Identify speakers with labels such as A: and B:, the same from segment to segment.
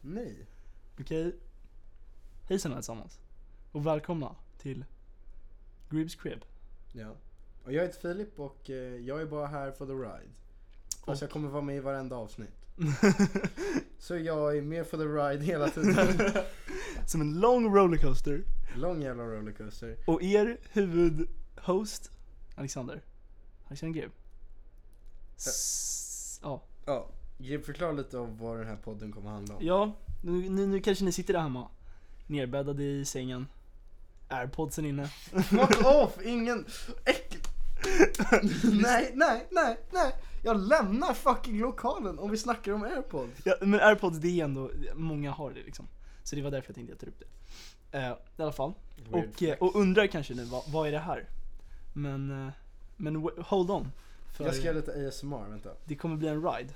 A: Nej.
B: Okej? Hejsan allesammans. Och välkomna till Gribs Crib.
A: Ja. Och jag heter Filip och eh, jag är bara här for the ride. Fast
B: Och-
A: jag kommer vara med i varenda avsnitt. Så jag är med for the ride hela tiden.
B: Som en lång rollercoaster.
A: Lång jävla rollercoaster.
B: Och er huvudhost, Alexander. Alexander Grib. S- ja.
A: Ja. Ge- Förklara lite om vad den här podden kommer handla om.
B: Ja, nu, nu, nu kanske ni sitter där hemma. Nerbäddade i sängen. Airpodsen inne.
A: Fuck off! Ingen... Äck... nej, nej, nej, nej. Jag lämnar fucking lokalen om vi snackar om airpods.
B: Ja, men airpods det är ändå, många har det liksom. Så det var därför jag tänkte jag tar upp det. Eh, I alla fall. Och, eh, och undrar kanske nu, vad, vad är det här? Men, eh, men w- hold on. För
A: jag ska göra lite ASMR, vänta.
B: det kommer bli en ride.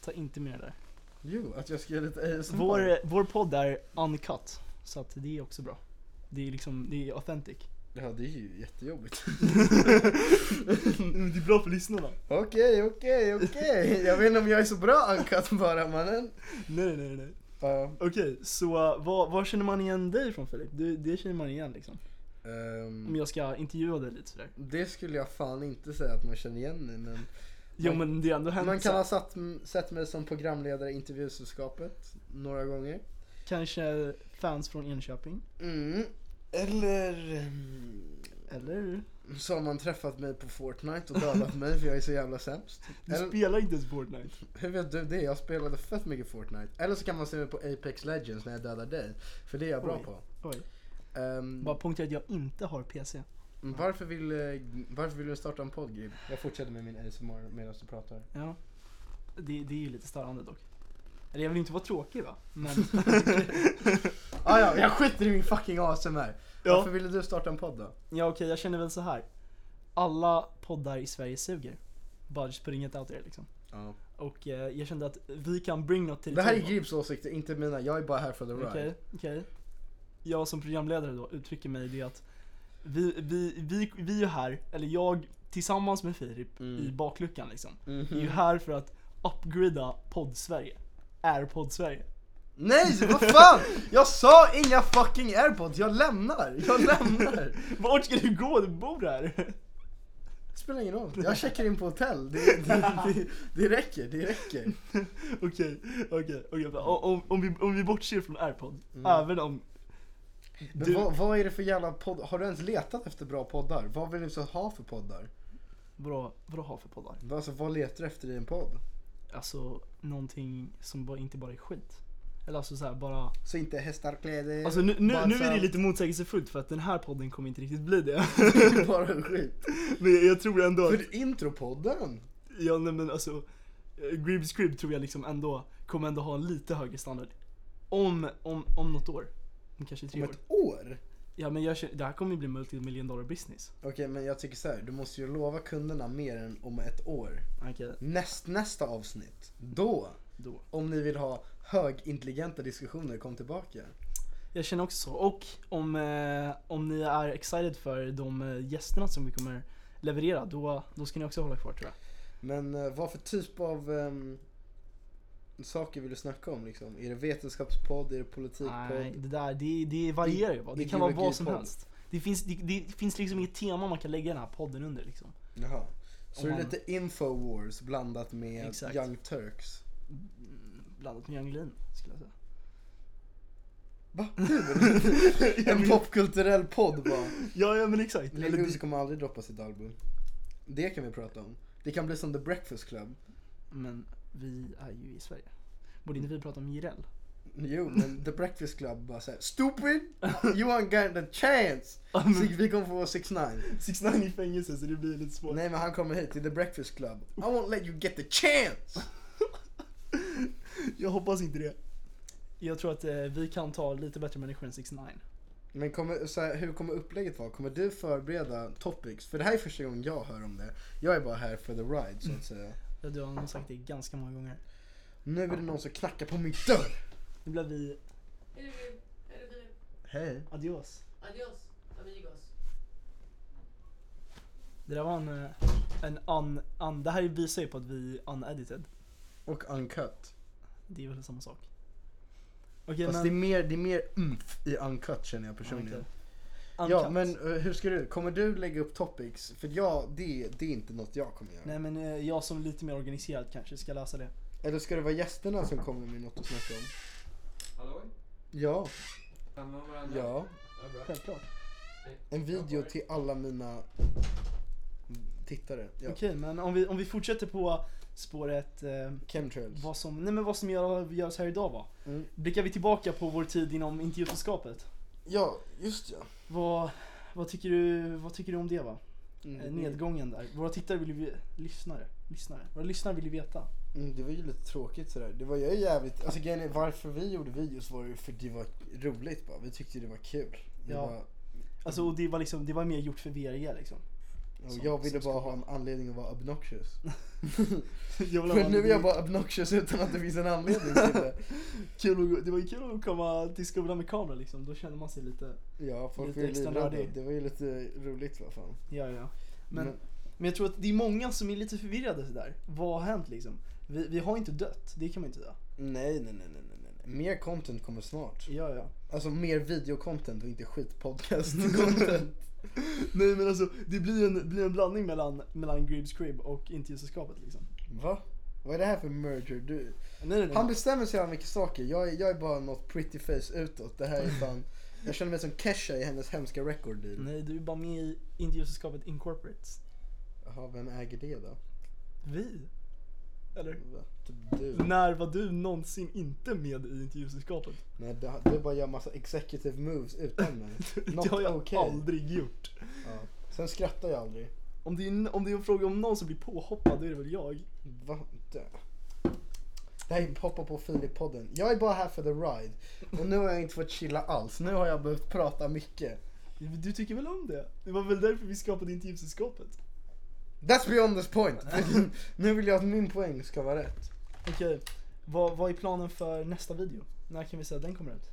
B: Ta inte med det där.
A: Jo, att jag ska göra lite ASMR.
B: Vår, eh, vår podd är uncut, så att det är också bra. Det är liksom, det är authentic.
A: Ja, det är ju jättejobbigt.
B: Mm, det är bra för lyssnarna.
A: Okej, okej, okej. Jag vet inte om jag är så bra ankat bara mannen.
B: Nej, nej, nej.
A: Ja,
B: Okej, så eh, vad, vad känner man igen dig från Filip? Du, det känner man igen liksom. Om
A: ehm,
B: jag ska intervjua dig lite sådär.
A: det skulle jag fan inte säga att man känner igen mig men
B: Jo
A: Man-
B: men det är ändå hänt
A: man kan
B: så-
A: ha satt, sett mig som programledare i intervjusällskapet några gånger.
B: Kanske fans från Enköping?
A: Mm. Eller mm,
B: Eller?
A: så har man träffat mig på Fortnite och dödat mig för jag är så jävla sämst.
B: Du
A: Eller-
B: spelar inte ens Fortnite.
A: Hur vet du det? Jag spelade fett mycket Fortnite. Eller så kan man se mig på Apex Legends när jag dödar dig. För det är jag bra
B: Oj.
A: på.
B: Oj.
A: Ehm,
B: Mm. Bara punkt att jag inte har PC.
A: Men Varför vill, eh, varför vill du starta en podd Grib? Jag fortsätter med min ASMR medan du pratar.
B: Ja. Det, det är ju lite störande dock. Eller jag vill inte vara tråkig va? Men...
A: Ah, ja, jag skiter i min fucking ASMR. Varför
B: ja.
A: ville du starta en podd då?
B: ja okej, jag känner väl så här. Alla poddar i Sverige suger. Bara just putting it out there liksom. Och eh, jag kände att vi kan bring något till
A: Det här är
B: table.
A: Gribs åsikter, inte mina. Jag är bara här för the ride.
B: Okej, okej. Jag som programledare då uttrycker mig i det att vi, vi, vi, vi är ju här, eller jag tillsammans med Filip
A: Mm.
B: i bakluckan liksom.
A: Mhm.
B: Är ju här för att upgrada podd-Sverige. Är podd-Sverige.
A: Nej, vad fan! Jag sa inga fucking airpods. Jag lämnar. Jag lämnar.
B: Vart ska du gå? Du bor här.
A: Det spelar ingen roll. Jag checkar in på hotell. Det, det, det, det räcker, det räcker.
B: Okej, okej, okej. Om, om, vi, om vi bortser från AirPod,
A: Mm.
B: även om...
A: Men
B: Du-
A: vad, vad är det för jävla podd? Har du ens letat efter bra poddar? Vad vill du så ha för poddar?
B: Vadå, vadå ha för poddar?
A: Alltså vad letar du efter i en podd?
B: Alltså, någonting som bara, inte bara är skit. Eller alltså så här, bara...
A: Så inte hästar, kläder,
B: Alltså nu, nu,
A: Eh, bara
B: nu är det
A: salt.
B: lite motsägelsefullt för att den här podden kommer inte riktigt bli det.
A: bara skit.
B: Men jag, jag tror ändå att,
A: För intropodden?
B: ja nej men alltså, eh, Gribs Crib tror jag liksom ändå kommer ändå ha en lite högre standard. Om, om, om något år. Om kanske tre
A: Om
B: år.
A: ett år?
B: Ja men jag, känner- det här kommer ju bli multimillion dollar business.
A: Okej men jag tycker så här, du måste ju lova kunderna mer än om ett år.
B: Okej,
A: Näst, nästa avsnitt, då,
B: då.
A: om ni vill ha högintelligenta diskussioner, kom tillbaka.
B: Jag känner också så. Och om, eh, om ni är excited för de eh, gästerna som vi kommer leverera, då, då ska ni också hålla kvar tror jag.
A: Men eh, vad för typ av ehm, saker vill du snacka om liksom? Är det vetenskapspodd, är det
B: Nej,
A: politikpodd?
B: det där det, det varierar ju. va? Typ, eh, Det
A: Det-
B: kan vara vad
A: ideologipodd.
B: som helst. Det finns, det, det finns liksom inget tema man kan lägga den här podden under liksom.
A: Jaha. Så
B: Om
A: det är
B: man-
A: lite infowars blandat med
B: Exakt.
A: Young Turks?
B: Mm, Blandat med Younglin skulle jag säga.
A: Va? en popkulturell podd bara.
B: Ja, ja men exakt.
A: Lil Uzi kommer aldrig droppa sitt album. Det kan vi prata om. Det kan bli som The Breakfast Club.
B: Men vi är ju i Sverige. Borde inte vi prata om Jireel?
A: Jo, men The Breakfast Club bara såhär Stupid! You ain't got a chance! Så vi kommer få 6 9
B: 6 9 i fängelse så det blir lite svårt.
A: Nej men han kommer hit till The Breakfast Club. I won't let you get the chance!
B: Jag hoppas inte det. Jag tror att eh, vi kan ta lite bättre människor än 6 9
A: Men kommer, så här, hur kommer upplägget vara? Kommer du förbereda topics? För det här är första gången jag hör om det. Jag är bara här för the ride så att säga.
B: Ja, du har nog sagt det ganska många gånger.
A: Nu är det någon som knackar på min dörr!
B: Nu blir vi
C: Är det vi? Är det vi?
A: Hej.
B: adios.
C: Adios, amigos.
B: Det där var en, eh, en un, un, det här visar ju på att vi är unedited.
A: Och uncut.
B: Det är väl samma sak. Okej
A: Fast det är
B: men...
A: mer, det är mer umf i uncut känner jag personligen.
B: Uncut.
A: Ja men eh, hur ska du, kommer du lägga upp topics? För jag, det, det är inte något jag kommer göra.
B: Nej men eh, jag som är lite mer organiserad kanske ska läsa det.
A: Eller ska det vara gästerna som kommer med något att snacka om?
D: Halloj?
A: Ja,
D: Kan man varandra?
A: ja.
D: Ja, bra.
B: Självklart.
A: En video till alla mina tittare. Ja.
B: Okej men om vi, om vi fortsätter på spåret eh,
A: Chemtrails.
B: vad som, nej men vad som gör, görs här idag va?
A: Mm.
B: Blickar vi tillbaka på vår tid inom intervjuforskapet.
A: Ja, just ja.
B: Vad, vad, tycker du, vad tycker du om det va? Eh,
A: Mm.
B: Nedgången där. Våra tittare vill ju, vi- lyssnare, lyssnare. Våra lyssnare vill ju veta.
A: Mm, det var ju lite tråkigt sådär. Det var ju jävligt, alltså grejen är varför vi gjorde videos var ju för det var roligt bara. Vi tyckte det var kul. Det
B: Ja.
A: var,
B: Alltså och det var liksom, det var mer gjort för VRG liksom.
A: och
B: Som-
A: jag ville
B: som
A: bara
B: skola.
A: ha en anledning att vara obnoxious.
B: Jag vill ha
A: Men
B: en
A: nu är jag
B: ny-
A: bara obnoxious utan att det finns en anledning till det.
B: kul att, det var ju kul att komma till skolan med kamera liksom, då känner man sig lite,
A: Ja, folk
B: Lite
A: var ju
B: extra
A: livrädda.
B: nördig.
A: Det var ju lite roligt vad fan.
B: ja ja. Men, men.
A: Men-
B: jag tror att det är många som är lite förvirrade sådär. Vad har hänt liksom? Vi, vi har inte dött, det kan man inte säga.
A: Nej, nej, nej, nej, nej, nej, nej. Mer content kommer snart.
B: Ja ja.
A: Alltså mer videocontent och inte skitpodcast-content.
B: Nej men alltså det blir en, blir en blandning mellan, mellan Gribs Crib och Intervjusällskapet liksom.
A: Va? Vad är det här för merger? Du...
B: Nej, nej, nej.
A: Han bestämmer sig över mycket saker. Jag är, jag är bara något pretty face utåt. Det här är fan... Jag känner mig som Kesha i hennes hemska record deal.
B: Nej, du är bara med i Intervjusällskapet Incorporates.
A: Jaha, vem äger det då?
B: Vi? Eller?
A: Va? Typ du.
B: När var du någonsin inte med i Intervjusällskapet?
A: Nej, du, du bara gör massa executive moves utan mig.
B: det
A: Not
B: har jag
A: okay.
B: aldrig gjort.
A: Ja. Sen skrattar jag aldrig.
B: Om det, är, n- om det är en fråga om någon som blir påhoppad, då är det väl jag.
A: Va? Dö. Det här är Poppa på Filip-podden. Jag är bara här för the ride. Och nu har jag inte fått chilla alls. Nu har jag behövt prata mycket.
B: Du tycker väl om det? Det var väl därför vi skapade Intervjusällskapet?
A: That's beyond this point! nu vill jag att min poäng ska vara rätt.
B: Okej, vad, vad är planen för nästa video? När kan vi säga att den kommer ut?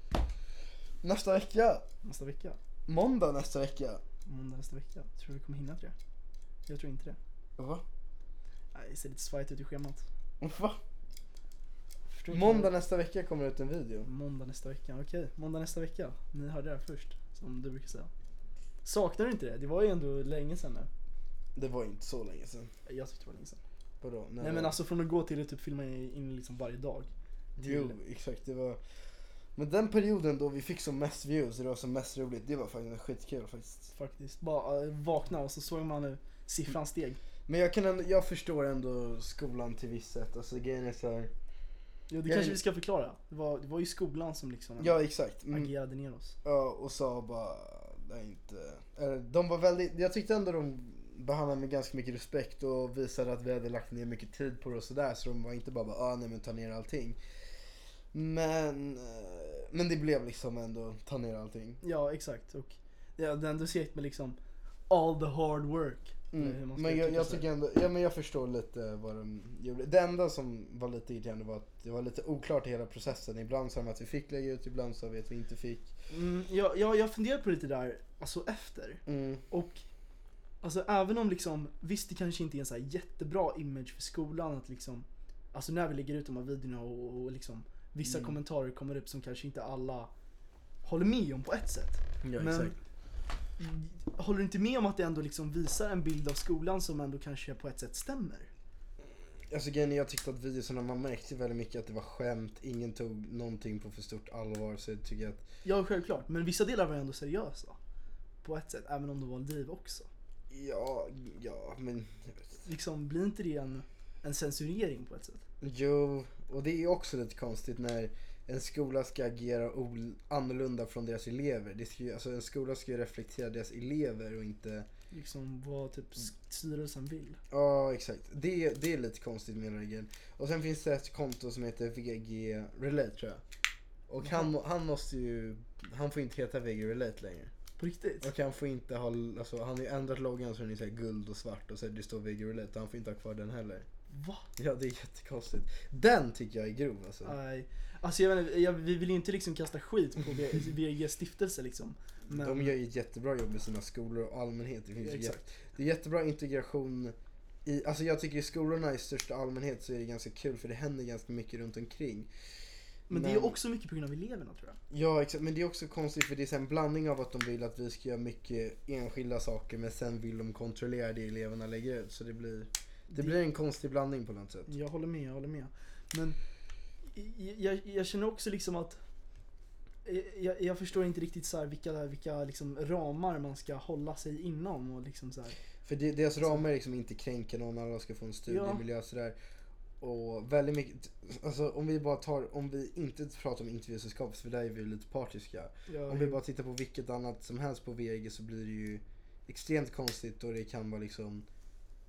A: Nästa vecka,
B: Nästa vecka?
A: måndag nästa vecka.
B: Måndag nästa vecka? Tror du vi kommer hinna till det? Jag tror inte det.
A: Va?
B: Nej, det ser lite svajigt ut i schemat.
A: Va?
B: Förstår inte
A: Måndag
B: vad-
A: nästa vecka kommer det ut en video.
B: Måndag nästa vecka, okej. Måndag nästa vecka. Ni hörde det här först, som du brukar säga. Saknar du inte det? Det var ju ändå länge sedan nu.
A: Det var ju inte så länge sedan.
B: Jag tyckte det var länge sedan.
A: Vadå?
B: Nej men alltså från att gå till att typ filma in liksom varje dag.
A: Jo, exakt. Det var... Men den perioden då vi fick som mest views och det var som mest roligt, det var faktiskt skitkul faktiskt.
B: Faktiskt. Bara eh, vakna och så såg man hur siffran steg.
A: Men jag, kan ändå, jag förstår ändå skolan till viss sätt. Alltså grejen är så här...
B: Ja, det
A: Jag-
B: kanske vi ska förklara. Det var, det var ju skolan som liksom
A: Ja exakt. Mm.
B: agerade ner oss.
A: Ja, och sa bara... Det är inte... Eller, de var väldigt... Jag tyckte ändå de behandlade mig ganska mycket respekt och visade att vi hade lagt ner mycket tid på det och sådär. Så de var inte bara bara ah, nej men ta ner allting. Men, eh, men det blev liksom ändå ta ner allting.
B: Ja exakt och det hade ändå segt med liksom all the hard work. Eller hur man ska
A: Mm. Men jag,
B: uttrycka
A: jag
B: sig.
A: tycker ändå, ja men jag förstår lite vad de gjorde. Det enda som var lite irriterande var att det var lite oklart i hela processen. Ibland sa de att vi fick lägga ut, ibland sa vi att vi inte fick.
B: Mm, jag, jag, jag funderar på lite där, alltså efter.
A: Mm.
B: Och alltså även om liksom, visst det kanske inte är en så här jättebra image för skolan att liksom, alltså när vi lägger ut de här videorna och, och, och liksom vissa
A: Mm.
B: kommentarer kommer upp som kanske inte alla håller med om på ett sätt.
A: Ja,
B: Men- exakt. Håller du inte med om att det ändå liksom visar en bild av skolan som ändå kanske på ett sätt stämmer?
A: Alltså grejen är, jag tyckte att videorna, man märkte väldigt mycket att det var skämt. Ingen tog någonting på för stort allvar. Så jag tycker att,
B: Ja, självklart. Men vissa delar var ändå seriösa. På ett sätt, även om det var liv också.
A: ja, ja men. jag vet inte.
B: Liksom, blir inte det en, en censurering på ett sätt?
A: Jo, och det är ju också lite konstigt när en skola ska agera ol- annorlunda från deras elever. Det ska ju, alltså en skola ska ju reflektera deras elever och inte
B: Liksom vad
A: Mm.
B: typ s- styrelsen vill.
A: Ja, exakt. Det, det är lite konstigt med regeln. Och sen finns det ett konto som heter VG Relate tror jag. Och han, han måste ju, han får inte heta VG Relate längre.
B: På riktigt?
A: Och han får inte ha, alltså han har ju ändrat loggan så den är så här guld och svart och så det står VG Relate och han får inte ha kvar den heller.
B: Va?
A: Ja, det är jättekonstigt. Den tycker jag är grov alltså.
B: Nej. Alltså jag, menar, jag, vi vill ju inte liksom kasta skit på VG stiftelse liksom. Men,
A: De gör ju ett jättebra jobb i sina skolor och allmänhet. Det, finns ju
B: Exakt.
A: jätte, det är jättebra integration i, alltså jag tycker i skolorna i största allmänhet så är det ganska kul för det händer ganska mycket runt omkring.
B: Men det är ju
A: Men-
B: också mycket på grund av eleverna tror jag.
A: Ja exakt, men det är också konstigt för det är så här en blandning av att de vill att vi ska göra mycket enskilda saker men sen vill de kontrollera det eleverna lägger ut så det blir, det blir en konstig blandning på något sätt.
B: Jag håller med, jag håller med. Men jag, jag, jag känner också liksom att jag- jag, jag förstår inte riktigt så här vilka, vilka liksom ramar man ska hålla sig inom. Och liksom så här.
A: För det, deras ramar är liksom inte kränka någon, alla ska få en studiemiljö och sådär. Och väldigt mycket, alltså om vi bara tar, om vi inte pratar om intervjusällskap för där är vi ju lite partiska.
B: Jag,
A: Om vi bara tittar på vilket annat som helst på VG så blir det ju extremt konstigt och det kan vara liksom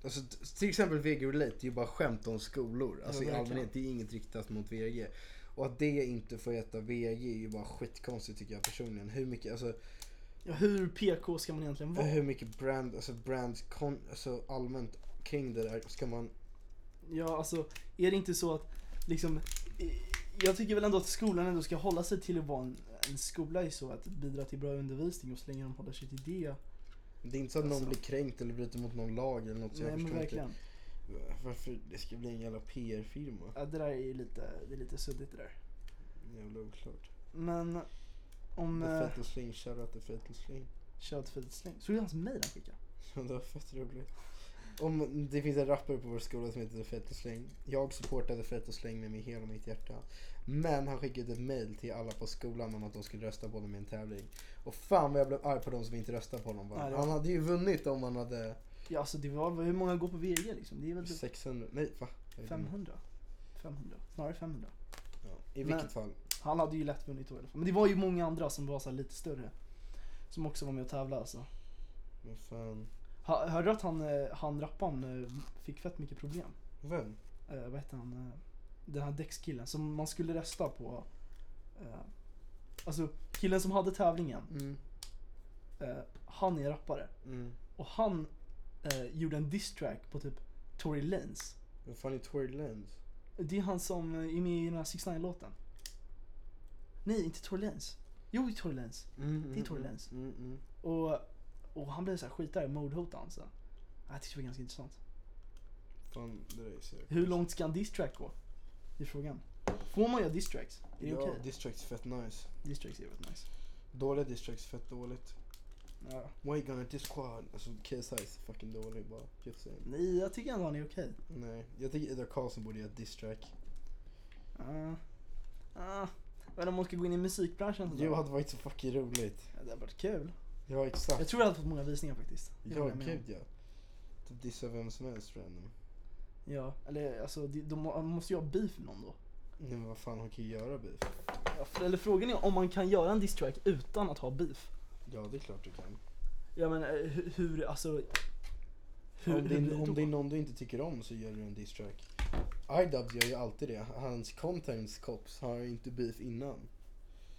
A: Alltså, t- till exempel VG Relate, det är ju bara skämt om skolor. Alltså i
B: verkligen.
A: allmänhet, det är inget riktat mot VG. Och att det inte får heta VG är ju bara skitkonstigt tycker jag personligen. Hur mycket, alltså,
B: Ja, hur PK ska man egentligen vara?
A: hur mycket brand, alltså brand, kon, alltså allmänt kring det där ska man...
B: Ja, alltså är det inte så att liksom eh, jag tycker väl ändå att skolan ändå ska hålla sig till att vara en, en skola i så att bidra till bra undervisning och så länge de håller sig till det.
A: Det är inte så att någon
B: Alltså.
A: blir kränkt eller bryter mot någon lag eller något. så jag
B: Nej men
A: förstår
B: verkligen.
A: Inte, varför det ska bli en jävla PR-firma?
B: Ja, det där är ju lite, det är lite suddigt det där.
A: Jävla oklart.
B: Men om...
A: The
B: eh,
A: Fettle Sling, shoutout the Fettle Sling.
B: Köttfilsling. Såg du hans mejl han skickade?
A: Ja, det var fett roligt. Om det finns en rappare på vår skola som heter Fett och Släng. Jag supportade Fett och Släng med min hela mitt hjärta. Men han skickade ett mail till alla på skolan om att de skulle rösta på honom i en tävling. Och fan vad jag blev arg på de som inte röstade på honom.
B: Ja,
A: Bara.
B: det-
A: Han hade ju vunnit om han hade
B: Ja alltså det var, hur många går på VG liksom? Det är väl typ
A: 600, nej va? Jag vet inte.
B: 500? 500? Snarare 500.
A: Ja. I
B: Men-
A: vilket fall.
B: Han hade ju lätt vunnit då i alla fall. Men det var ju många andra som var så här lite större. Som också var med och tävlade alltså.
A: Men fan.
B: Ha, hörde du att han, eh, han rapparen eh, fick fett mycket problem?
A: Vem?
B: Eh, vad hette han? Eh, den här Dex-killen som man skulle rösta på. Eh, alltså killen som hade tävlingen.
A: Mm.
B: Eh, han är rappare.
A: Mm.
B: Och han eh, gjorde en diss-track på typ Tory Lanez.
A: Vem fan är Tory Lanez?
B: Det är han som är med i den här 6 låten Nej, inte Tory Lanez. Jo, det är Tory Lanez. Det är Tory Lanez.
A: Mm, mm.
B: Och, och han blev så här skitarg, mordhotad han så. Jag tyckte det var ganska intressant.
A: Fan, det där är så jävla
B: Hur
A: konstigt.
B: långt ska en diss-track gå? Det är frågan. Får man göra diss-tracks? Är det
A: Ja,
B: okej?
A: diss tracks är fett nice.
B: Diss-tracks är jävligt nice.
A: Dåliga diss tracks är fett dåligt.
B: Ja.
A: Why gonna disquad? Alltså KSI är så fucking dålig bara. Just saying.
B: Nej, jag tycker ändå han är okej.
A: Nej, jag tycker Ida Karlsson borde göra ett diss-track.
B: Ah. Ah. Jag vet inte om man ska gå in i musikbranschen. sådär.
A: Det hade varit så fucking roligt.
B: Ja, det hade varit kul.
A: Ja exakt.
B: Jag tror jag hade fått många visningar faktiskt. Det
A: Ja
B: håller jag med om.
A: gud ja. Typ dissa vem som helst random.
B: Ja, eller alltså de, de, de måste ju ha beef med någon då.
A: Nej men vad fan, han kan ju göra beef.
B: Ja, f- Eller frågan är om man kan göra en diss-track utan att ha beef.
A: Ja det är klart du kan.
B: Ja men eh, hu- hur, alltså... Hur,
A: om, det
B: hur blir
A: är, om
B: då?
A: det är någon du inte tycker om så gör du en diss-track. Idubs gör ju alltid det. Hans contents cops har ju inte beef innan.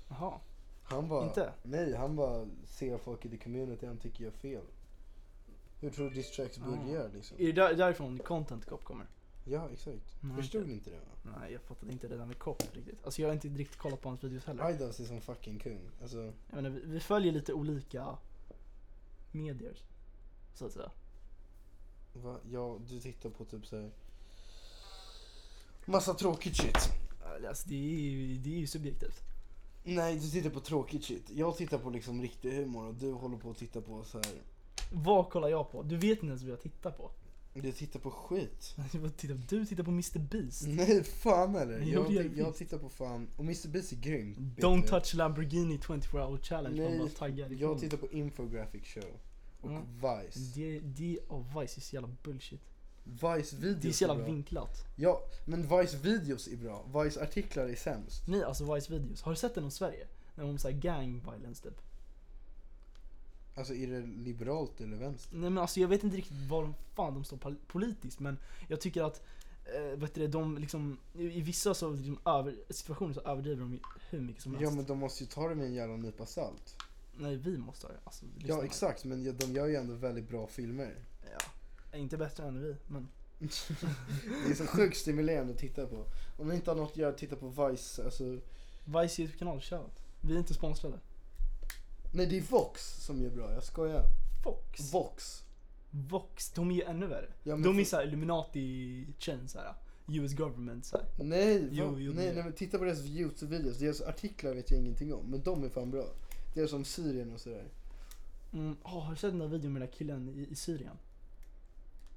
B: Jaha,
A: Han bara...
B: inte?
A: Nej, han bara ser folk i the community han tycker gör fel. Hur tror du diss-tracks
B: Ah.
A: börjar liksom?
B: Är det där, därifrån content cop kommer?
A: Ja exakt.
B: Nej,
A: Förstod ni inte det va?
B: Nej, jag fattade inte det där med cop riktigt. Alltså jag har inte riktigt kollat på hans videos heller.
A: Idols är som fucking kung. Alltså,
B: Jag menar, vi, vi följer lite olika medier, så att säga.
A: va? Ja, du tittar på typ såhär... Massa tråkigt shit.
B: Alltså det är ju, det är ju subjektivt.
A: Nej, du tittar på tråkigt shit. Jag tittar på liksom riktig humor och du håller på att titta på så här.
B: Vad kollar jag på? Du vet inte ens vad jag tittar på.
A: Du tittar på skit.
B: Vad tittar- Du tittar på Mr Beast.
A: Nej, fan eller?
B: Jo,
A: Jag,
B: det gör
A: jag,
B: det
A: jag
B: visst.
A: tittar på fan... Och Mr Beast är grym. vet
B: Don't
A: du.
B: touch Lamborghini 24 hour challenge. man
A: Nej,
B: bara taggar ifrån.
A: Jag tittar på Infographic Show. Och
B: Mm.
A: Vice.
B: Det, det och Vice är så jävla bullshit.
A: Vice-videos
B: Det är så jävla
A: bra.
B: vinklat.
A: Ja, men Vice-videos är bra. Vice-artiklar är sämst.
B: Nej, alltså Vice videos. Har du sett den om Sverige? När de säger gang violence typ.
A: Alltså, är det liberalt eller vänster?
B: Nej men alltså jag vet inte riktigt var de fan de står pol- politiskt men jag tycker att eh, vet du det, de liksom, i i vissa så liksom, över, situationer så överdriver de ju hur mycket som helst.
A: Ja, men de måste ju ta det med en jävla nypa salt.
B: Nej vi måste ha det. Alltså, lyssna
A: Ja
B: här.
A: exakt, men ja, de gör ju ändå väldigt bra filmer.
B: Ja. Inte bättre än vi men.
A: Det är så sjukt stimulerande att titta på. Om ni inte har något att göra, titta på Vice. Alltså,
B: Vice YouTube-kanal, shoutout. Vi är inte sponsrade.
A: nej det är Vox som är bra, jag skojar.
B: Fox.
A: Vox.
B: Vox, de är ju ännu värre.
D: Ja, men
B: de är
D: för-
B: såhär Illuminati-chain såhär. US government såhär.
D: Nej, va?
B: Jo, jo,
D: nej,
B: det-
D: nej men titta på deras Youtube-videos. Deras artiklar vet jag ingenting om, men de är fan bra. Deras om Syrien och sådär.
B: Mm, åh, har du sett den där videon med den där killen i, i Syrien?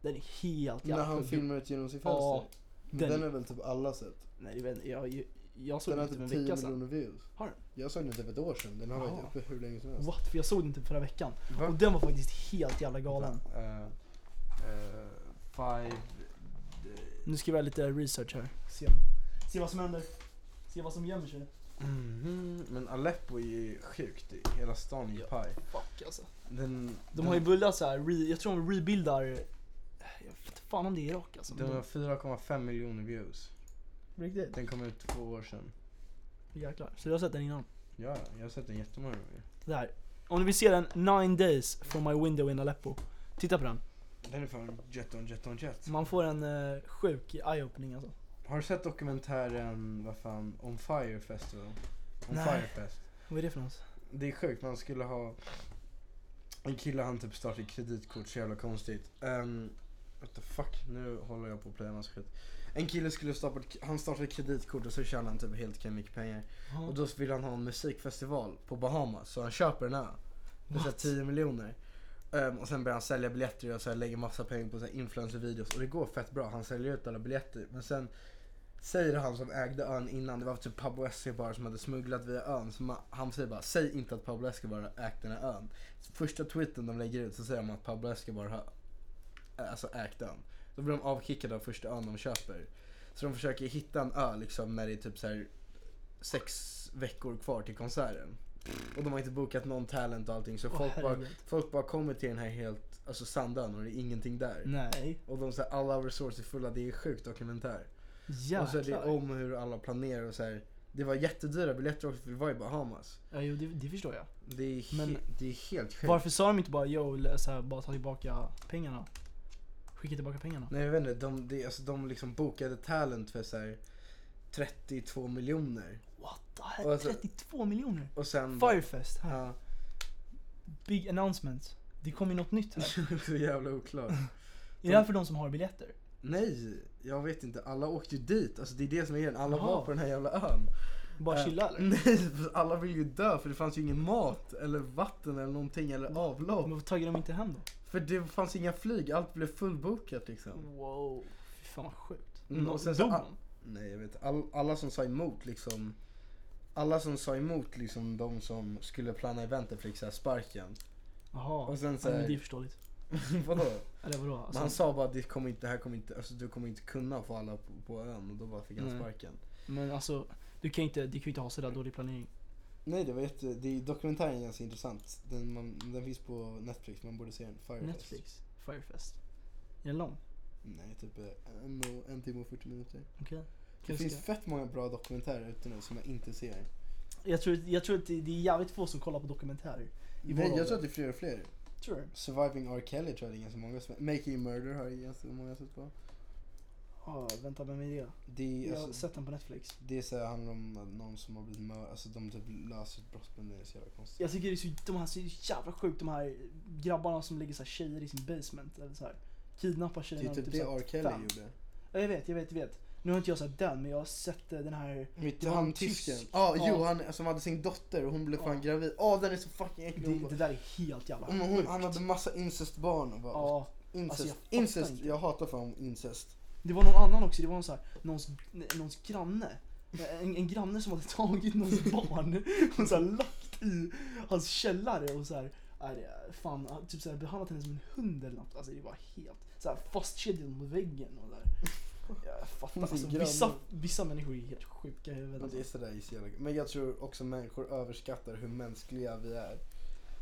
B: Den är helt jävla
D: När han
B: sjuk.
D: filmar ut genom sitt
B: Ja,
D: fönster. Men
B: den-
D: den har väl typ alla sett?
B: Nej, jag, vet, inte, jag, jag såg
D: Den har
B: den typ en
D: typ 10
B: vecka sedan.
D: miljoner views.
B: Har den?
D: Jag såg den typ ett år sedan. Den har varit
B: Ja.
D: uppe hur länge som helst.
B: What? För jag såg den typ förra veckan.
D: Va?
B: Och den var faktiskt helt jävla galen.
A: Uh, uh, five...
B: Nu ska jag göra lite research här. Se, se vad som händer. Se vad som gömmer sig.
D: Mhm,
A: Men Aleppo är ju sjukt. Hela stan är ju
B: Ja.
A: paj.
B: Fuck alltså.
A: Den,
B: De har ju börjat såhär, re, jag tror de rebildar... Jag vet inte fan om det är Irak alltså.
A: den har 4,5 miljoner views.
B: Riktigt?
A: Den kom ut två år sedan.
B: Jäklar. Så du har sett den innan?
A: Ja, jag har sett den jättemånga gånger.
B: Det här. Om du vill se den, 9 days from my window in Aleppo. Titta på den.
A: Den är från Jet on Jet on Jet.
B: Man får en eh, sjuk eye-opening alltså.
A: Har du sett dokumentären, vad fan, On Fire Festival? On
B: Nej.
A: Fire Fest.
B: Vad är det för något?
A: Det är sjukt, man skulle ha... En kille han typ startade kreditkort, så jävla konstigt. Um, what the fuck, nu håller jag på att playa massa skit. En kille skulle starta, ett- han startade ett kreditkort och så tjänade han typ helt okej mycket pengar. Och då vill han ha en musikfestival på Bahamas, så han köper en ö. För såhär 10 miljoner. Ehm, och sen börjar han sälja biljetter och så här, lägger massa pengar på så här, influencer-videos. Och det går fett bra, han säljer ut alla biljetter. Men sen säger han som ägde ön innan, det var typ Pablo Escobar som hade smugglat via ön. Så man, han säger bara, säg inte att Pablo Escobar har ägt den här ön. Så första tweeten de lägger ut så säger de att Pablo Escobar har eh, alltså, ägt ön. Då blir de avkickade av första ön de köper. Så de försöker hitta en ö liksom när det är typ så här sex veckor kvar till konserten. Och de har inte bokat någon talent och allting så
B: Åh,
A: folk, bara,
B: herregud.
A: folk bara kommer till den här helt, alltså sandön och det är ingenting där.
B: Nej.
A: Och de säger alla resurser är fulla, det är sjukt dokumentär.
B: Jäklar.
A: Och så är det om hur alla planerar och så här. Det var jättedyra biljetter också för vi var i Bahamas.
B: Ja, jo, det, det förstår jag.
A: Det är, he-
B: Men-
A: det är helt sjukt.
B: Varför sa de inte bara yo, eller så här, bara ta tillbaka pengarna? Skicka tillbaka pengarna.
A: Nej jag vet inte, de, de, alltså, de liksom bokade talent för så här 32 miljoner.
B: What the heck?
A: Och alltså- Mm.
B: 32 miljoner?
A: Och sen...
B: Firefest här.
A: Ja,
B: Big announcement. Det kommer ju något nytt här.
A: så jävla oklart.
B: Är
A: Mm.
B: det här för de som har biljetter?
A: Nej, jag vet inte. Alla åkte ju dit. Alltså det är det som är grejen. Alla
B: Jaha.
A: var på den här jävla ön.
B: Bara
A: Eh,
B: chilla eller?
A: Nej, för alla ville ju dö för det fanns ju ingen mat eller vatten eller någonting eller avlopp.
B: Men varför taggar de inte hem då?
A: För det fanns inga flyg, allt blev fullbokat liksom.
B: Wow. Fy fan vad sjukt.
A: Mm,
B: Nå-
A: och sen så-
B: Dog
A: ah.
B: någon?
A: Nej jag vet, all, alla som sa emot liksom alla som sa emot liksom de som skulle plana eventet fick såhär sparken.
B: Jaha.
A: Och sen så
B: ja, men
A: här-
B: det är förståligt.
A: Vadå?
B: Eller vadå?
A: Men
B: Alltså,
A: han sa bara det kommer inte, det här kommer inte, alltså du kommer inte kunna få alla på, på ön och då bara fick han
B: Nej.
A: sparken.
B: Men alltså, du kan ju inte, du kan ju inte ha
D: Mm.
B: sådär dålig planering.
D: Nej, det var jätte... Det är dokumentären är ganska intressant. Den, man, den finns på Netflix, man borde se den. Firefest.
B: Netflix, Firefest. Är den lång?
D: Nej, typ eh, en, och, en timme och 40 minuter.
B: Okej.
D: Det
B: Kanske
D: finns fett många bra dokumentärer ute nu som jag inte ser.
B: Jag tror, jag tror att det det är jävligt få som kollar på dokumentärer. I vår
D: Nej,
B: ålder.
D: jag tror att det är fler och fler.
B: Tror du?
D: Surviving R. Kelly tror jag det är ganska många som... Making a Murder har jag ganska många sett på.
B: Ja, vänta, vem är det?
D: Det är,
B: Jag har
D: alltså,
B: sett den på Netflix.
D: det är så här, handlar om att någon som har blivit mördad, alltså de typ löser ett brott men det är så jävla konstigt.
B: Jag tycker det är så, de här, så jävla sjukt, de här grabbarna som lägger så här tjejer i sin basement. Eller så här, kidnappar
D: Det
B: tjejerna.
D: är typ det
B: så här
D: R. Kelly
B: fem.
D: gjorde.
B: Ja, jag vet, jag vet, jag vet. Nu har inte jag sett den, men jag har sett eh, den här...
D: Mitt
B: Det var en
D: han tysken.
B: tysk.
D: Ja,
B: Ja.
D: jo, han som hade sin dotter och hon blev fan
B: Ja.
D: gravid. Ja, den är så fucking äcklig. Hon
B: Det,
D: bara-
B: det där är helt jävla
D: Hon, hon, han
B: sjukt.
D: hade massa incestbarn och bara,
B: Ja,
D: incest,
B: alltså jag fattar
D: incest,
B: inte.
D: jag hatar fan incest.
B: det var någon annan också, det var någon så här, någons, någons granne. En, en granne som hade tagit någons barn och så här, lagt i hans källare och så här, är det, fan, han typ så här, behandlat henne som en hund eller något. Alltså det var helt så här, fastkedjad mot väggen och där. Jag fattar,
D: Hon sin
B: alltså,
D: granne.
B: vissa, vissa människor är helt sjuka i huvudet.
D: Men det är
B: Alltså.
D: sådär i så jävla- Men jag tror också människor överskattar hur mänskliga vi är.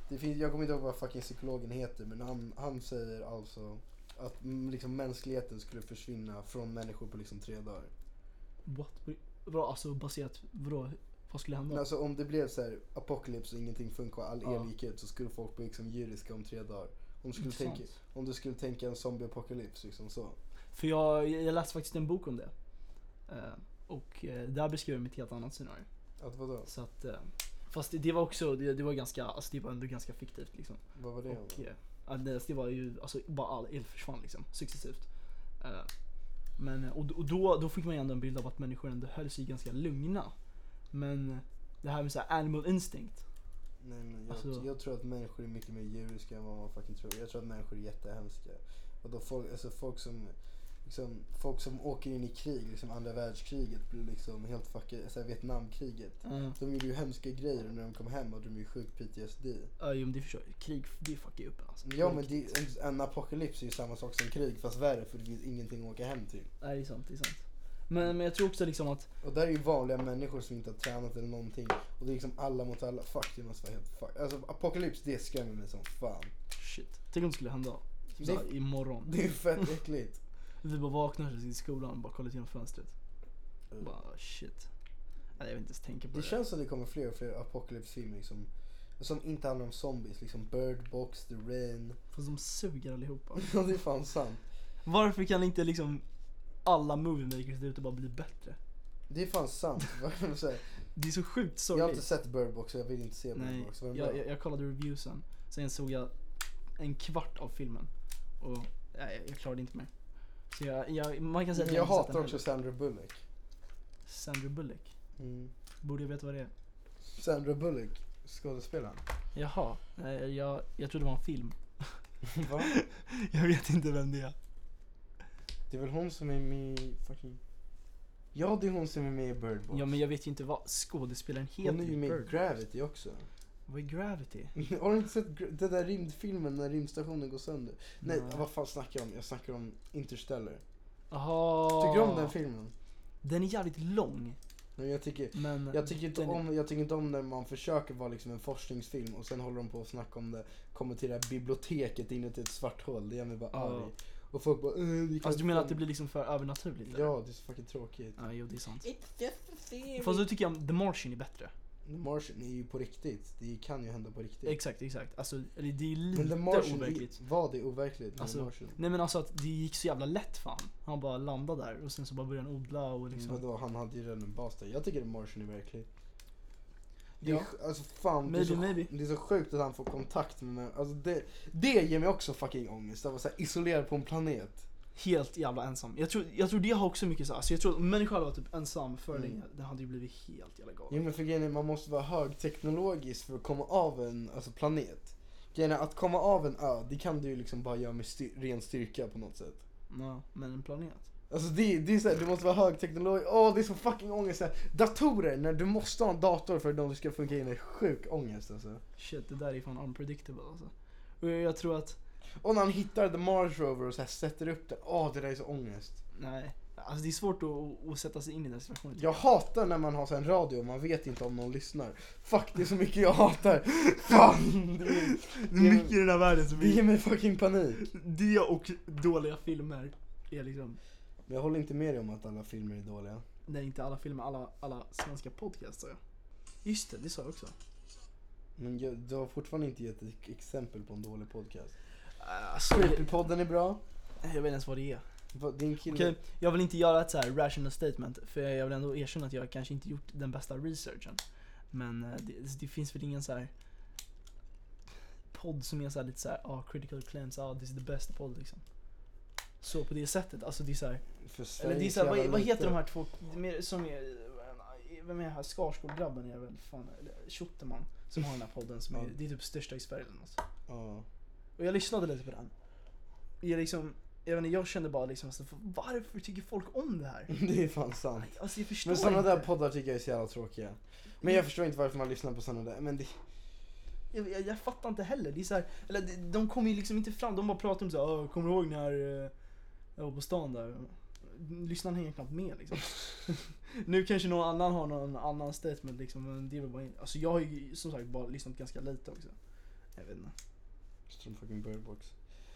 D: Det finns, jag kommer inte ihåg vad fucking psykologen heter men han, han säger alltså att mm, liksom mänskligheten skulle försvinna från människor på liksom tre dagar.
B: What? Bra, alltså baserat, vadå, vad skulle hända?
D: Men alltså om det blev så här apokalyps och ingenting funkar och all
B: Ja.
D: el gick ut så skulle folk bli liksom djuriska om tre dagar. Om du skulle,
B: Intressant.
D: tänka, om du skulle tänka en zombieapokalyps liksom så.
B: För jag, jag läste faktiskt en bok om det. Eh, och eh, där beskriver de ett helt annat scenario.
D: Att vadå?
B: Så att, eh, fast det, det var också, det, det var ganska, alltså det var ändå ganska fiktivt liksom.
D: Vad var det?
B: Och, eh, Ja, deras, det var ju, alltså bara all el försvann liksom successivt. Eh, men, och och då, då fick man ju ändå en bild av att människor ändå höll sig ganska lugna. Men det här med så här animal instinct.
A: Nej, men jag,
B: Alltså-
A: jag tror att människor är mycket mer djuriska än vad man fucking tror. Jag tror att människor är jättehemska. Och då folk, alltså folk som liksom, folk som åker in i krig, liksom andra världskriget, blir liksom helt fuckade, så här Vietnamkriget.
B: Uh,
A: De gjorde ju hemska grejer och när de kom hem hade de ju sjuk PTSD.
B: jo men det förstår jag. Krig, det fuckar ju upp en, alltså.
A: Ja men det, en, en apokalyps är ju samma sak som krig fast värre för det finns ingenting att åka hem till.
B: Nej det är sant, det är sant. Men, men jag tror också liksom att
A: Och där är ju vanliga människor som inte har tränat eller någonting. Och det är liksom alla mot alla. Fuck det måste vara helt fuck. Alltså apokalyps det skrämmer mig som fan.
B: Shit, tänk om det skulle hända
A: Det-
B: så här, imorgon.
A: Det är fett äckligt.
B: Vi bara vaknar och i skolan och bara kollar genom fönstret.
A: Mm.
B: Bara shit. Nej, jag vill inte ens tänka på det.
A: Det känns som det kommer fler och fler apokalypsfilmer liksom, som inte handlar om zombies. Liksom Bird Box, The Rain.
B: Fast de suger allihopa.
A: Ja det är fan sant.
B: Varför kan inte liksom alla moviemakers där ute bara bli bättre?
A: Det är fan sant. Vad är det så här?
B: Det är så sjukt
A: jag har inte
B: sorgligt.
A: sett Bird Box och jag vill inte se Bird
B: Nej,
A: Box. Var
B: jag,
A: den bra?
B: jag, jag kollade reviewsen. Sen såg jag en kvart av filmen. Och nej, jag- jag klarade inte mer. Så jag, jag, man kan säga att
A: jag
B: inte sett den
A: hatar också
B: heller.
A: Sandra Bullock. Mm.
B: Sandra Bullock. Borde jag veta vad det är?
A: Sandra Bullock, skådespelaren.
B: Jaha, nej, jag, jag trodde det var en film.
A: Va?
B: Jag vet inte vem det är.
A: Det är väl hon som är med i fucking... Ja, det är hon som är med i Bird Box.
B: Ja men jag vet ju inte vad skådespelaren heter.
A: hon är ju med i
B: Bird.
A: Gravity också.
B: Vad är Gravity?
A: Har du inte sett gr- den där rymdfilmen när rymdstationen går sönder? Nej, vad fan snackar jag om? Jag snackar om Interstellar.
B: Aha.
A: Tycker du om den filmen?
B: Den är jävligt lång.
A: Nej, jag tycker...
B: Men
A: Jag tycker, inte
B: den-
A: om, jag tycker inte om när man försöker vara liksom en forskningsfilm och sen håller de på att snacka om det, kommer till det här biblioteket inuti ett svart hål, det gör mig bara
B: Ja.
A: arg. Och folk bara "Eh, vi kan
B: Alltså Ah. du
A: inte
B: menar
A: få-
B: att det blir liksom för övernaturligt? eller?
A: Ja, det är så fucking tråkigt.
B: Ja, jo det är sant.
A: It's just a theory.
B: Fast då tycker jag The Martian är bättre.
A: The Martian är ju på riktigt. Det kan ju hända på riktigt.
B: Exakt, exakt. Alltså, eller det är
A: Men
B: lite
A: The Martian
B: overkligt.
A: i- var det overkligt med
B: Alltså,
A: The Martian?
B: Nej men alltså att det gick så jävla lätt fan. Han bara landade där och sen så bara började han odla och liksom.
A: Vadå, han hade ju redan en bas där. Jag tycker The Martian är verklig. Det är,
B: Ja.
A: sj- alltså fan, det är,
B: Maybe,
A: så,
B: maybe.
A: det är så sjukt att han får kontakt med mig. Alltså det, det ger mig också fucking ångest. Att vara så här isolerad på en planet.
B: Helt jävla ensam. Jag tror, jag tror det har också mycket så. Alltså, jag tror att människor hade varit typ ensam för
A: Mm.
B: länge. Den hade ju blivit helt jävla galen.
A: Jo men för grejen är, man måste vara högteknologisk för att komma av en alltså, planet. Grejen är, att komma av en ö, det kan du ju liksom bara göra med styr, ren styrka på något sätt.
B: Ja, men en planet.
A: Alltså det, det är såhär, du måste vara högteknologisk. Åh det är så fucking ångest. såhär. Datorer, när du måste ha en dator för att de ska funka in är sjuk ångest alltså.
B: Shit, det där är fan unpredictable alltså. Och jag, jag tror att,
A: Och när han hittar The Mars Rover och såhär, sätter upp den. Åh det där är så ångest.
B: nej. Alltså det är svårt att- att, att sätta sig in i den situationen.
A: Jag hatar när man har så här en radio och man vet inte om någon lyssnar. Fuck det är så mycket jag hatar. Fan! Det, är-
B: Det är mycket i den här världen som
A: det ger
B: är...
A: mig fucking panik.
B: Det och dåliga filmer är liksom...
A: Men jag håller inte med dig om att alla filmer är dåliga.
B: Nej, inte alla filmer, alla, alla svenska podcasts sa jag. Just det, det sa jag också.
A: Men jag, du har fortfarande inte gett ett exempel på en dålig podcast.
B: Alltså, jag,
A: Creepypodden är bra.
B: jag vet inte ens vad det är.
A: Va- Din kille...
B: Okej, jag vill inte göra ett så här rational statement för jag vill ändå erkänna att jag kanske inte gjort den bästa researchen. Men eh, det, det finns väl ingen så här podd som är så här lite så här, ah, critical claims, ah, this is the best podd liksom. Så på det sättet, alltså det är så här,
A: För Sverige
B: eller det är
A: är
B: så här, vad,
A: jävla
B: vad
A: lite.
B: heter de här två, mer- som är, vem är det här, Skarsgård-grabben är väl fan, eller Schotterman som har den här podden som är,
A: Ja.
B: det är typ största i Sverige eller något.
A: Ja.
B: Och jag lyssnade lite på den. Jag, liksom, jag, vet inte, jag kände bara liksom, alltså, varför tycker folk om det här?
A: Det är fan sant.
B: Alltså jag förstår
A: Mm. Men sådana
B: inte.
A: där poddar tycker jag är så jävla tråkiga. Men jag förstår inte varför man lyssnar på sådana där. Men det...
B: jag, jag, jag fattar inte heller. Det är så här, eller de, de kommer ju liksom inte fram. De bara pratar om så här, "Åh, kommer du ihåg när eh, jag var på stan där? Lyssnaren hänger knappt med liksom. nu kanske någon annan har någon annan statement liksom. Men det är väl bara, alltså jag har ju som sagt bara lyssnat ganska lite också. Jag vet inte.
A: Ström fucking birdbox.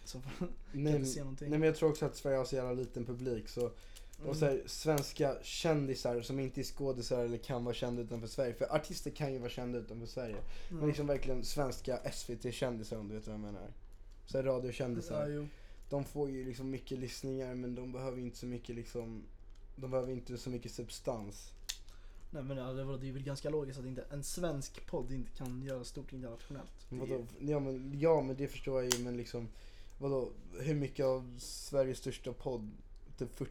B: Så,
A: Nej,
B: inte se
A: men-
B: någonting.
A: nej men jag tror också att Sverige har så jävla liten publik så
B: Mm.
A: Och så här, svenska kändisar som inte är skådisar eller kan vara kända utanför Sverige. För artister kan ju vara kända utanför Sverige.
B: Mm.
A: Men liksom verkligen svenska SVT-kändisar om du vet vad jag menar. Så här,
B: Mm, Ja,
A: radiokändisar.
B: jo.
A: De får ju liksom mycket lyssningar men de behöver inte så mycket liksom... De behöver inte så mycket substans.
B: Nej men ja, det, var, det är väl ganska logiskt att inte, en svensk podd inte kan göra stort internationellt. Det-
A: Vadå? Ja men, ja men det förstår jag ju men liksom vadå hur mycket av Sveriges största podd? Typ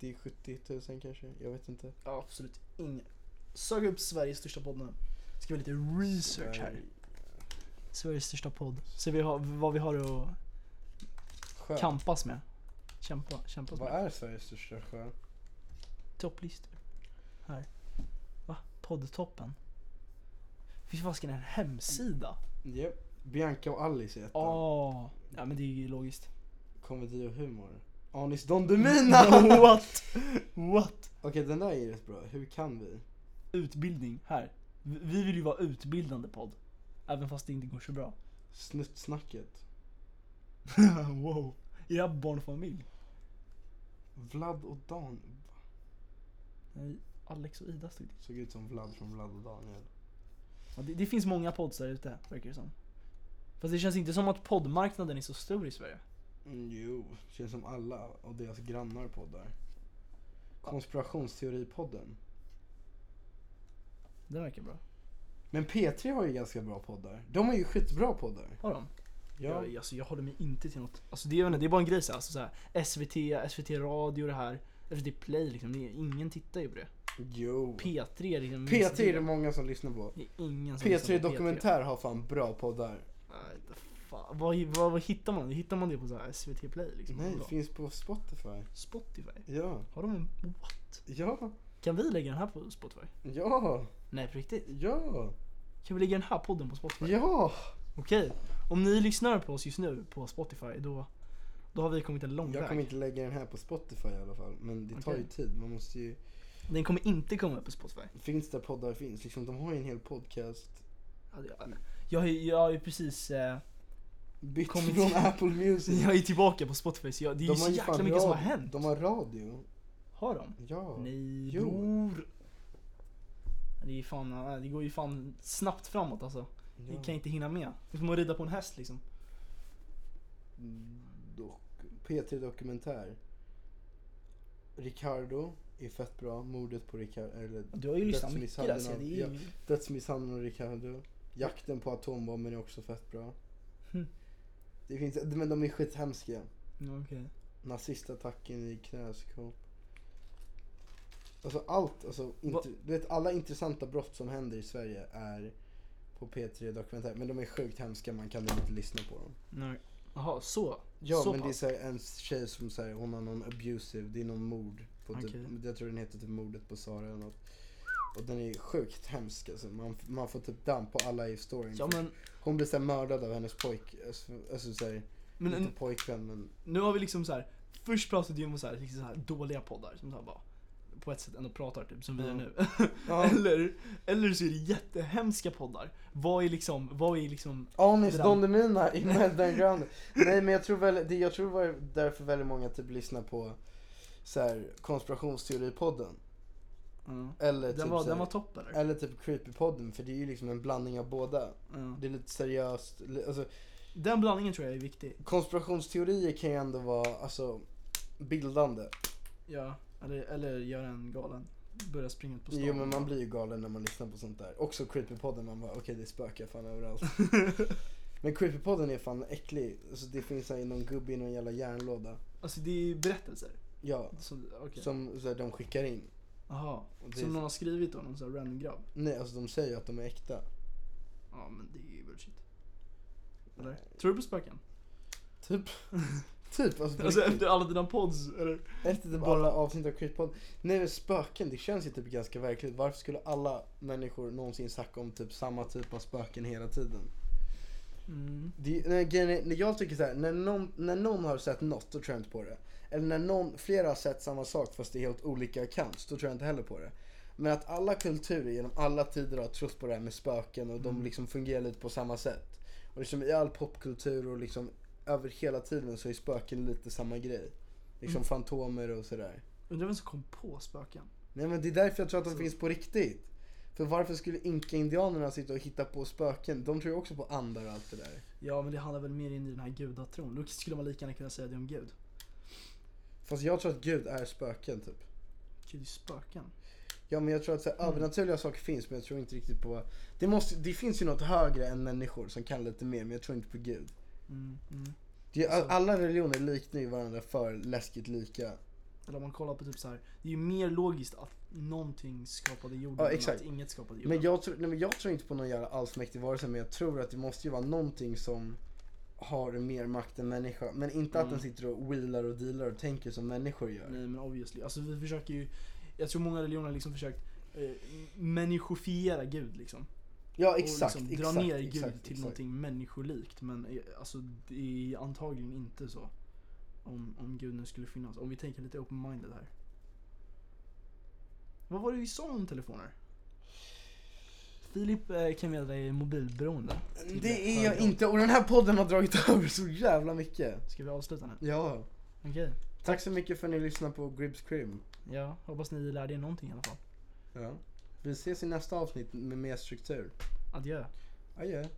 A: 50-70 tusen kanske? Jag vet inte.
B: Ja, absolut ingen. Sök upp Sveriges största podd nu. Ska vi lite research här. Sveriges största podd. Se vi har, vad vi har att
A: Sjö.
B: kampas med. Kämpa, kämpas
A: Vad
B: med.
A: är Sveriges största sjö?
B: Topplistor. Här. Va? Poddtoppen. Finns fasken en hemsida?
A: Japp. Bianca och Alice heter
B: Åh!
A: oh.
B: Ja men det är ju logiskt.
A: Komedi och humor. Anis Don Demina!
B: What? What?
A: Okej den där är rätt bra. Hur kan vi?
B: Utbildning, här. Vi- Vi vill ju vara utbildande podd. Även fast det inte går så bra.
A: Snuttsnacket.
B: wow. Är det här barnfamilj?
A: Vlad och Dan.
B: Nej, Alex och Ida stod det.
A: Såg ut som Vlad från Vlad och Daniel.
B: Ja, det. Det finns många pods där ute, verkar det som. Fast det känns inte som att poddmarknaden är så stor i Sverige.
A: Mm, jo, känns som alla och deras grannar poddar. Konspirationsteoripodden.
B: Det verkar bra.
A: Men P3 har ju ganska bra poddar. De har ju skitbra poddar.
B: Har de?
A: Ja.
B: Jag, alltså, jag håller mig inte till något. Alltså, det, är, det är bara en grej så här, alltså, så här, SVT, SVT radio det här. SVT play liksom. Det är, ingen tittar ju på det.
A: Jo.
B: P3 är liksom...
A: P3 är det många som lyssnar på.
B: det är ingen som lyssnar
A: P3
B: på
A: Dokumentär har fan bra poddar.
B: Nej, inte fan. Vad, vad, vad hittar man? Hittar man det på så här SVT play liksom?
A: Nej,
B: Vadå?
A: finns på Spotify.
B: Spotify?
A: Ja,
B: Har de en... What?
A: ja,
B: Kan vi lägga den här på Spotify?
A: ja,
B: Nej, på riktigt?
A: ja,
B: Kan vi lägga den här podden på Spotify?
A: ja.
B: Okej, om ni lyssnar på oss just nu på Spotify då, då har vi kommit en lång
A: Jag
B: väg.
A: kommer inte lägga den här på Spotify i alla fall. Men det tar ju
B: Okej.
A: tid. Man måste ju...
B: Den kommer inte komma upp på Spotify.
A: Finns där poddar finns. Liksom, de har ju en hel podcast.
B: Ja, det- Jag, jag, har ju- jag har ju precis, eh,
A: Bytt
B: Kommit-
A: från Apple Music.
B: jag är tillbaka på Spotify så jag, det är ju så jäkla
A: fan
B: mycket som har
A: radio-
B: hänt.
A: De har radio.
B: Har de?
A: Ja.
B: Nej
A: Jo.
B: bror. Det, är fan, nej, det går ju fan snabbt framåt alltså. Vi
A: ja.
B: kan inte hinna med. Det är som att rida på en häst liksom.
A: Mm, Dok- P3 Dokumentär. Ricardo är fett bra. Mordet på Ricardo. Eller
B: Du har ju lyssnat mycket där
A: dödsmisshandeln
B: så
A: av-
B: det är
A: ja,
B: ju...
A: Dödsmisshandeln av Ricardo. Jakten på atombomben är också fett bra.
B: Hmm.
A: Det finns, men de är skithemska.
B: Ja, Mm, okej.
A: Nazistattacken i Knäskåp. Alltså allt, alltså, inte,
B: Va-
A: du vet alla intressanta brott som händer i Sverige är på P3 Dokumentär. Men de är sjukt hemska, man kan inte lyssna på dem.
B: Nej. Jaha, så?
A: Ja
B: så
A: men det är
B: pass.
A: så här, en tjej som säger hon har någon abusive, det är någon mord. På typ,
B: Okej.
A: Jag tror den heter typ mordet på Sara eller något. Och den är sjukt hemsk alltså. man, man får typ damp på alla i storyn.
B: Ja men,
A: Hon blir såhär mördad av hennes pojk, alltså, alltså såhär,
B: men
A: inte pojkvän men
B: Nu har vi liksom så här. först pratade vi om så här, liksom så här dåliga poddar som så här bara på ett sätt ändå pratar typ som vi gör
A: Ja.
B: nu.
A: Ja.
B: eller, eller så är det jättehemska poddar. Vad är liksom, vad är liksom,
A: Anis
B: Det där-
A: Don Demina i Meltdown Ground. Nej men jag tror väl, det, jag tror var därför väldigt många typ lyssnar på såhär konspirationsteoripodden. Eller
B: den,
A: typ,
B: var,
A: så
B: den
A: här,
B: var topp eller?
A: eller typ creepypodden för det är ju liksom en blandning av båda.
B: Ja.
A: Det är lite seriöst, li- alltså
B: Den blandningen tror jag är viktig.
A: konspirationsteorier kan ju ändå vara alltså, bildande.
B: Ja, eller, eller göra en galen. Börja springa ut på stan.
A: Jo men man blir ju galen när man lyssnar på sånt där. Också creepypodden, man bara okej det spökar fan överallt. men creepypodden är fan äcklig. Alltså, det finns här någon gubbe i någon jävla järnlåda.
B: Alltså det är ju berättelser.
A: Ja,
B: Som, okay.
A: som så här, de skickar in.
B: Aha.
A: Och det är-
B: Som någon har skrivit då, någon sån här random grabb.
A: Nej alltså de säger att de är äkta.
B: Ja men det är ju bullshit. Eller?
A: Nej.
B: Tror du på spöken?
A: Typ. typ alltså, på
B: Alltså
A: riktigt.
B: efter alla dina pods eller?
A: Efter typ alla avsnitt av creepypodden. Nej men spöken, det känns ju typ ganska verkligt. Varför skulle alla människor någonsin snacka om typ samma typ av spöken hela tiden?
B: Mm.
A: Det, nej, grejen är- när jag tycker så här, när någon, när någon har sett något då tror jag inte på det. Eller när någon, flera har sett samma sak fast det är helt olika accounts, då tror jag inte heller på det. Men att alla kulturer genom alla tider har trott på det här med spöken och de
B: Mm.
A: liksom fungerar lite på samma sätt. Och liksom i all popkultur och liksom över hela tiden så är spöken lite samma grej. Liksom
B: Mm.
A: fantomer och sådär.
B: Undrar vem som kom på spöken?
A: Nej men det är därför jag tror att de
B: Så-
A: finns på riktigt. För varför skulle inka-indianerna sitta och hitta på spöken? De tror ju också på andar och allt det där.
B: Ja men det handlar väl mer in i den här gudatron. Då skulle man lika gärna kunna säga det om gud.
A: Fast jag tror att Gud är spöken typ.
B: Gud är ju spöken.
A: Ja men jag tror att så här,
B: Mm.
A: övernaturliga saker finns men jag tror inte riktigt på... Det, måste, det finns ju något högre än människor som kan lite mer men jag tror inte på gud.
B: Mm, mm.
A: Det, är- alla religioner liknar ju varandra för läskigt lika.
B: Eller om man kollar på typ så här. det är ju mer logiskt att någonting skapade jorden
A: Ja,
B: än
A: exakt.
B: att inget skapade jorden.
A: Men jag, tror, nej, men jag tror inte på någon jävla allsmäktig varelse men jag tror att det måste ju vara någonting som har mer makt än människa. Men inte att
B: Mm.
A: den sitter och wheelar och dealar och tänker som människor gör.
B: Nej men obviously. Alltså vi försöker ju, jag tror många religioner har liksom försökt eh, människofiera gud liksom.
A: Ja exakt,
B: och liksom
A: exakt.
B: dra ner
A: exakt,
B: gud
A: exakt,
B: till någonting människolikt. Men eh, alltså det är antagligen inte så. Om, om gud nu skulle finnas. Om vi tänker lite open-minded här. Vad var det vi sa om telefoner? Filip eh, kan meddela är mobilberoende.
A: Det är jag inte och den här podden har dragit över så jävla mycket.
B: Ska vi avsluta nu?
A: Ja.
B: Okej.
A: Tack så mycket för att ni lyssnar på Gribs Crim.
B: Ja, hoppas ni lärde er någonting i alla fall.
A: Ja. Vi ses i nästa avsnitt med mer struktur.
B: Adjö.
A: Adjö.